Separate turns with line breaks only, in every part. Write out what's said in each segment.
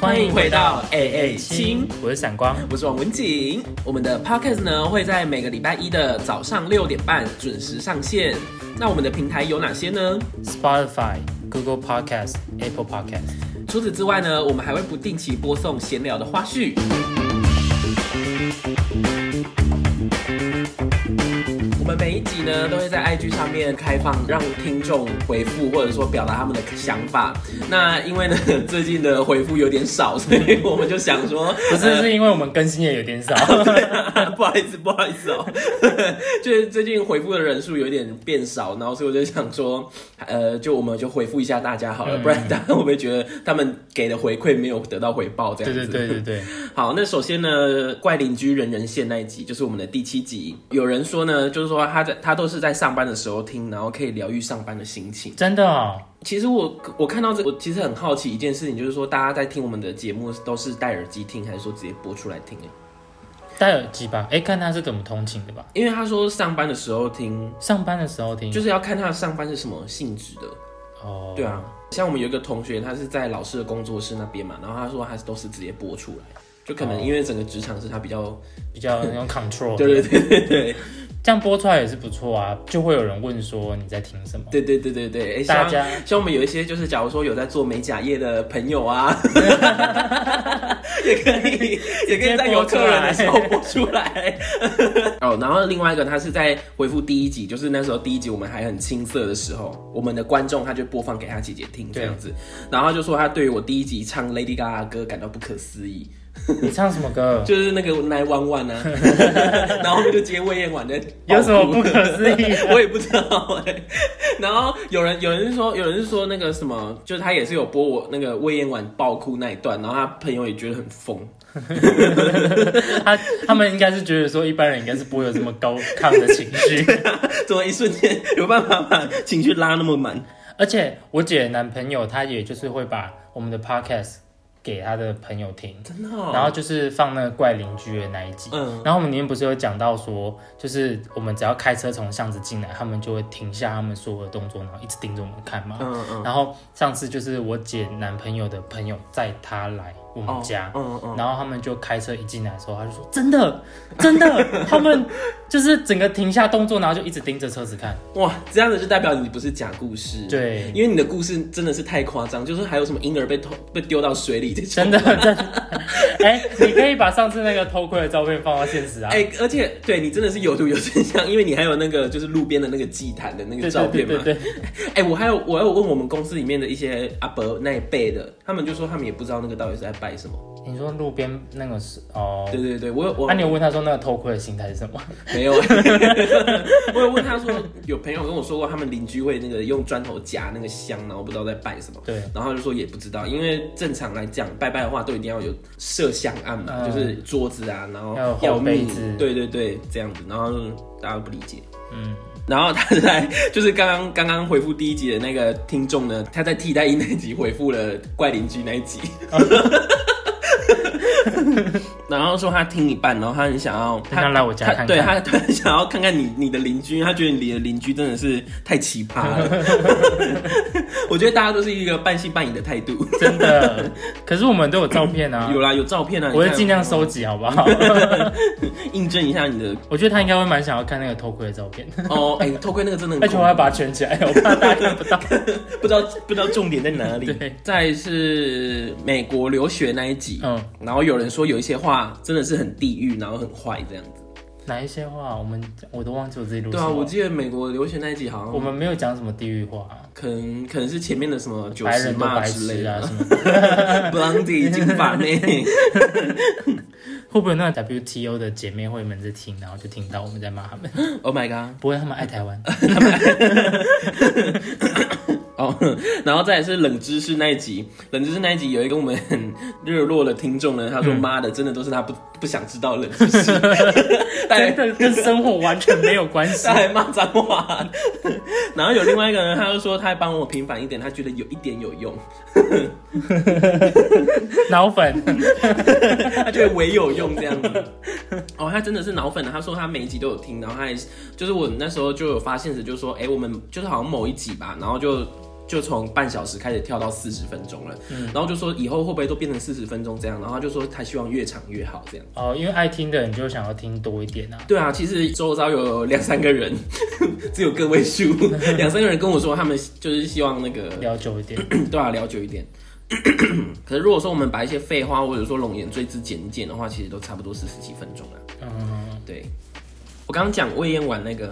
欢迎回到 AA
哎亲
亲，，
我是闪光，
我是王文景。我们的 podcast 呢会在每个礼拜一的早上六点半准时上线。那我们的平台有哪些呢？
Spotify、Google Podcast、Apple Podcast。
除此之外呢，我们还会不定期播送闲聊的花絮。我们每一集呢，都会在 IG 上面开放让听众回复，或者说表达他们的想法。那因为呢， 最近的回复有点少，所以我们就想说，
不是，
呃
是因为我们更新也有点少。
不好意思，不好意思哦， 就是最近回复的人数有点变少，然后所以我就想说，呃，就我们就回复一下大家好了，
嗯
不然大家会不会觉得他们给的回馈没有得到回报这
对
样
对
子？
对对对，
好，那首先呢，怪邻居人人线那一集就是我们的第七集，有人说呢，就是说他在他都是在上班的时候听，然后可以疗愈上班的心情。
真的哦，
其实我我看到这，我其实很好奇一件事情，就是说大家在听我们的节目都是戴耳机听，还是说直接播出来听？
戴耳机吧。哎，看他是怎么通勤的吧。
因为他说上班的时候听
上班的时候听，
就是是要看他的上班是什么性质的。
哦，
对，啊，像我们有一个同学，他是在老师的工作室那边嘛，然后他说他都是直接播出来，就可能因为整个职场是他比较，
比较 那种 control。
对对对对对
这样播出来也是不错啊，就会有人问说你在听什么。
对对对对对，哎，
大
像
家
像我们有一些就是，假如说有在做美甲业的朋友啊，也可以，也可以在有客人的时候播出来。哦，然后另外一个他是在回复第一集，就是那时候第一集我们还很青涩的时候，我们的观众他就播放给他姐姐听这样子，然后他就说他对于我第一集唱 Lady Gaga 的歌感到不可思议，
你唱什么 歌？
就是那个 Nine One One 啊，然后后面就接魏燕婉的，
有什么不可思议的？
我也不知道哎、然后有人有人说有人是说那个什么，就是他也是有播我那个魏延婉爆哭那一段，然后他朋友也觉得很疯。
他他们应该是觉得说一般人应该是不会有这么高亢的情 绪。
怎么一瞬间有办法把情绪拉那么满？
而且我姐的男朋友他也就是会把我们的 podcast 给他的朋友听，
真的、哦
然后就是放那个怪邻居的那一集。
嗯，
然后我们里面不是有讲到说，就是我们只要开车从巷子进来，他们就会停下他们所有的动作，然后一直盯着我们看嘛。
嗯嗯
然后上次就是我姐男朋友的朋友载她来我
哦
们家，
嗯嗯，
然后他们就开车一进来的时候，他就说真的真的，他们就是整个停下动作，然后就一直盯着车子看。
哇，这样子就代表你不是假故事。。
对，
因为你的故事真的是太夸张，就是还有什么婴儿被偷被丢到水里这种，
真 的，真的。哎、你可以把上次那个偷窥的照片放到现实啊。
哎、而且对你真的是有图有真相，因为你还有那个就是路边的那个祭坛的那个
对
照
对
片
对
嘛，
对对，
哎、我还有我还有问我们公司里面的一些阿伯那一辈的，他们就说他们也不知道那个到底是在拜什么。
你说路边那个是哦，
对对对，我有我、
那、你有问他说那个偷窥的心态是什么？
没有， 我有问他说，有朋友跟我说过，他们邻居会那个用砖头夹那个香，然后不知道在拜什么。
对，
然后他就说也不知道，因为正常来讲拜拜的话都一定要有设香案嘛，
嗯
就是桌子啊，然后
还有
要
后杯
蜜
子
对对对，这样子，然后大家都不理解。
嗯，
然后他在就是刚刚刚刚回复第一集的那个听众呢，他在替代一那一集回复了怪邻居那一 集，然后说他听一半，然后他很想要
他想来我家
他
看看
对他他很想要看看你你的邻居，他觉得你的邻居真的是太奇葩了。 我觉得大家都是一个半信半疑的态度。
真的。可是我们都有照片啊
有，啦，有照片啊，
我会
你看
尽量收集，好不好？
印证一下你的
我觉得他应该会蛮想要看那个偷窥的照片，
哦。哎、偷窥那个真的很
而且我
恐怖
要把它圈起来，我怕大家看 不到。
不知道不知道重点在哪里。
对，
再来是美国留学那一集，
嗯，
然后有人说有一些话真的是很地狱，然后很坏这样子。
哪一些话我们我都忘记我自己录
对
什
啊，我
么。
记得美国留学那一集好像
我们没有讲什么地狱话、啊，
可能可能是前面的什么九
白
十
人都
骂
白
之类
痴啊
的
什么的，
，Blondie 金发妹。
会不会有那个 WTO 的姐妹会们在听，然后就听到我们 在骂他们？
Oh my god！
不会，他们爱台湾。
哦哦， 然后再来是冷知识那一集，冷知识那一集有一个我们很热络的听众呢，他说：“妈的，真的都是他不不想知道冷知 识，
真的跟生活完全没有关 系
他。还骂脏话。” 然后有另外一个人，他就说他还帮我平反一点，他觉得有一点有用，
脑粉，
他觉得唯有用这样 子。哦，他真的是脑粉他说他每一集都有听，然后他还就是我那时候就有发现时，就说：“哎、我们就是好像某一集吧，然后就。”就从半小时开始跳到四十分钟了，然后就说以后会不会都变成四十分钟这样？然后他就说他希望越长越好这样。
哦，因为爱听的人就想要听多一点啊。
对啊，其实周遭有两三个人， 只有个位数，两三个人跟我说他们就是希望那个
聊久一点，
对啊聊久一点。 可是如果说我们把一些废话或者说龙眼追之剪一剪的话，其实都差不多是十几分钟了。
嗯，
对，我刚刚讲魏燕婉那个，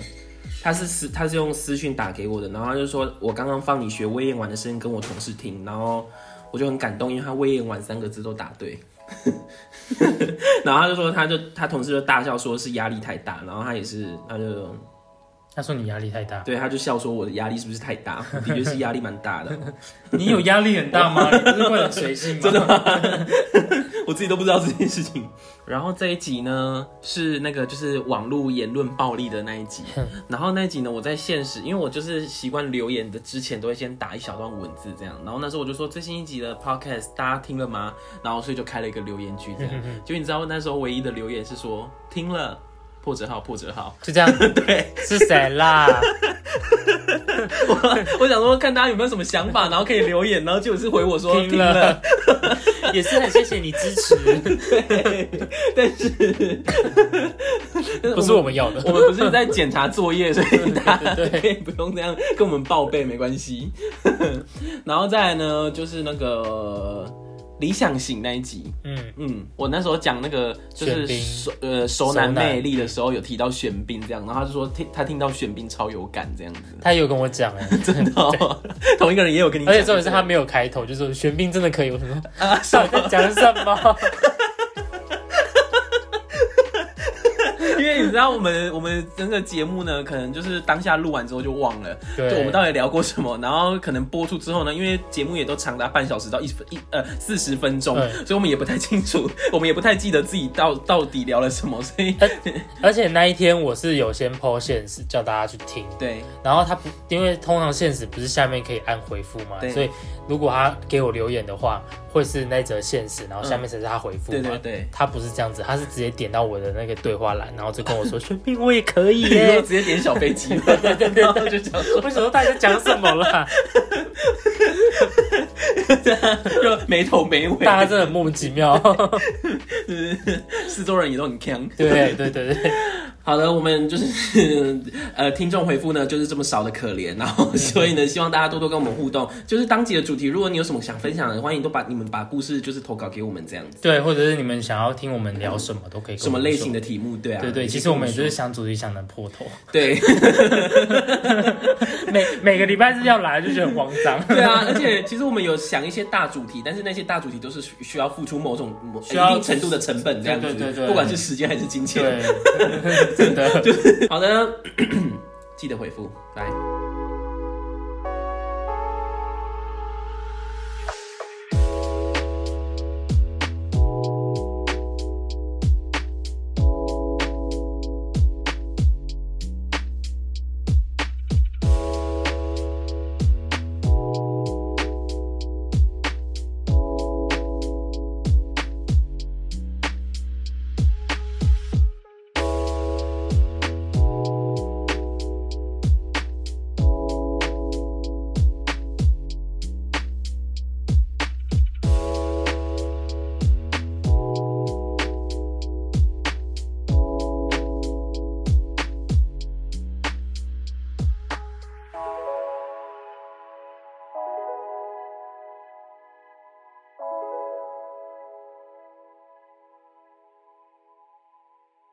他是私他是用私讯打给我的，然后他就说我刚刚放你学魏燕婉的声音跟我同事听，然后我就很感动，因为他魏燕婉三个字都答对。 然后他就说，他就他同事就大笑，说是压力太大，然后他也是，他就
他说你压力太大，
对他就笑说我的压力是不是太大？我的确是压力蛮大的，
你有压力很大 吗？你不是会很随性吗？真的
我自己都不知道这件事情。然后这一集呢是那个就是网络言论暴力的那一集，然后那一集呢我在现实，因为我就是习惯留言的之前都会先打一小段文字这样，然后那时候我就说最新一集的 podcast 大家听了吗？然后所以就开了一个留言区这样，
嗯
就你知道那时候唯一的留言是说听了破折号破折号，
就 这样。
对
是谁啦？
我想说看大家有没有什么想法，然后可以留言，然后结果是回我说
听 了，也是很谢谢你支持，
但
不是我们要的。
我们不是在检查作业，所以大家
对对
可以不用这样跟我们报备，没关系。 然后再来呢，就是那个理想型那一集，
嗯，
嗯，我那时候讲那个就是
玄彬
熟呃熟男
熟男
魅力的时候，有提到玄彬这样，然后他就说听他听到玄彬超有感这样子，
他也有跟我讲 哎，
真的哦、同一个人也有跟你
而
讲，
且重点是他没有开头，就说玄彬真的可以。我想说
啊，
到底在讲什 么？
因为你知道我们我们整个节目呢，可能就是当下录完之后就忘了，
对
就我们到底聊过什么，然后可能播出之后呢，因为节目也都长达半小时到一分一呃四十分钟，
对
所以我们也不太清楚， 我们也不太记得自己到到底聊了什么，所以
而且那一天我是有先 po 现实叫大家去听，
对
然后他不，因为通常现实不是下面可以按回复嘛
对，
所以如果他给我留言的话，会是那则现实，然后下面才是他回复嘛。
对对对。
他不是这样子，他是直接点到我的那个对话栏，然后就跟我说：“玄彬，我也可以
你说
耶。
直接点小飞 机，对 对对，然后就讲说”
为什么大家讲什么 啦？
就没头没尾，
大家真的很莫名其妙。
四周人也都很强。
对对对对，
好的，我们就是呃，听众回复呢就是这么少的可怜，然后 所以呢，希望大家多多跟我们互动。就是当集的主题，如果你有什么想分享的，欢迎都把你们把故事就是投稿给我们这样子，
对，或者是你们想要听我们聊什么都可以。
什么类型
的？
的题目？对啊，
对对，其实我们也就是想主题想的破头，
对
每 每个礼拜日要来就觉得很慌 张。
对啊，而且其实我们有想一些大主题，但是那些大主题都是需需要付出某种某
需要
一定程度的成本这样子，
对对对对
不管是时间还是金钱。
对，真的。
好的，咳咳记得回复，来。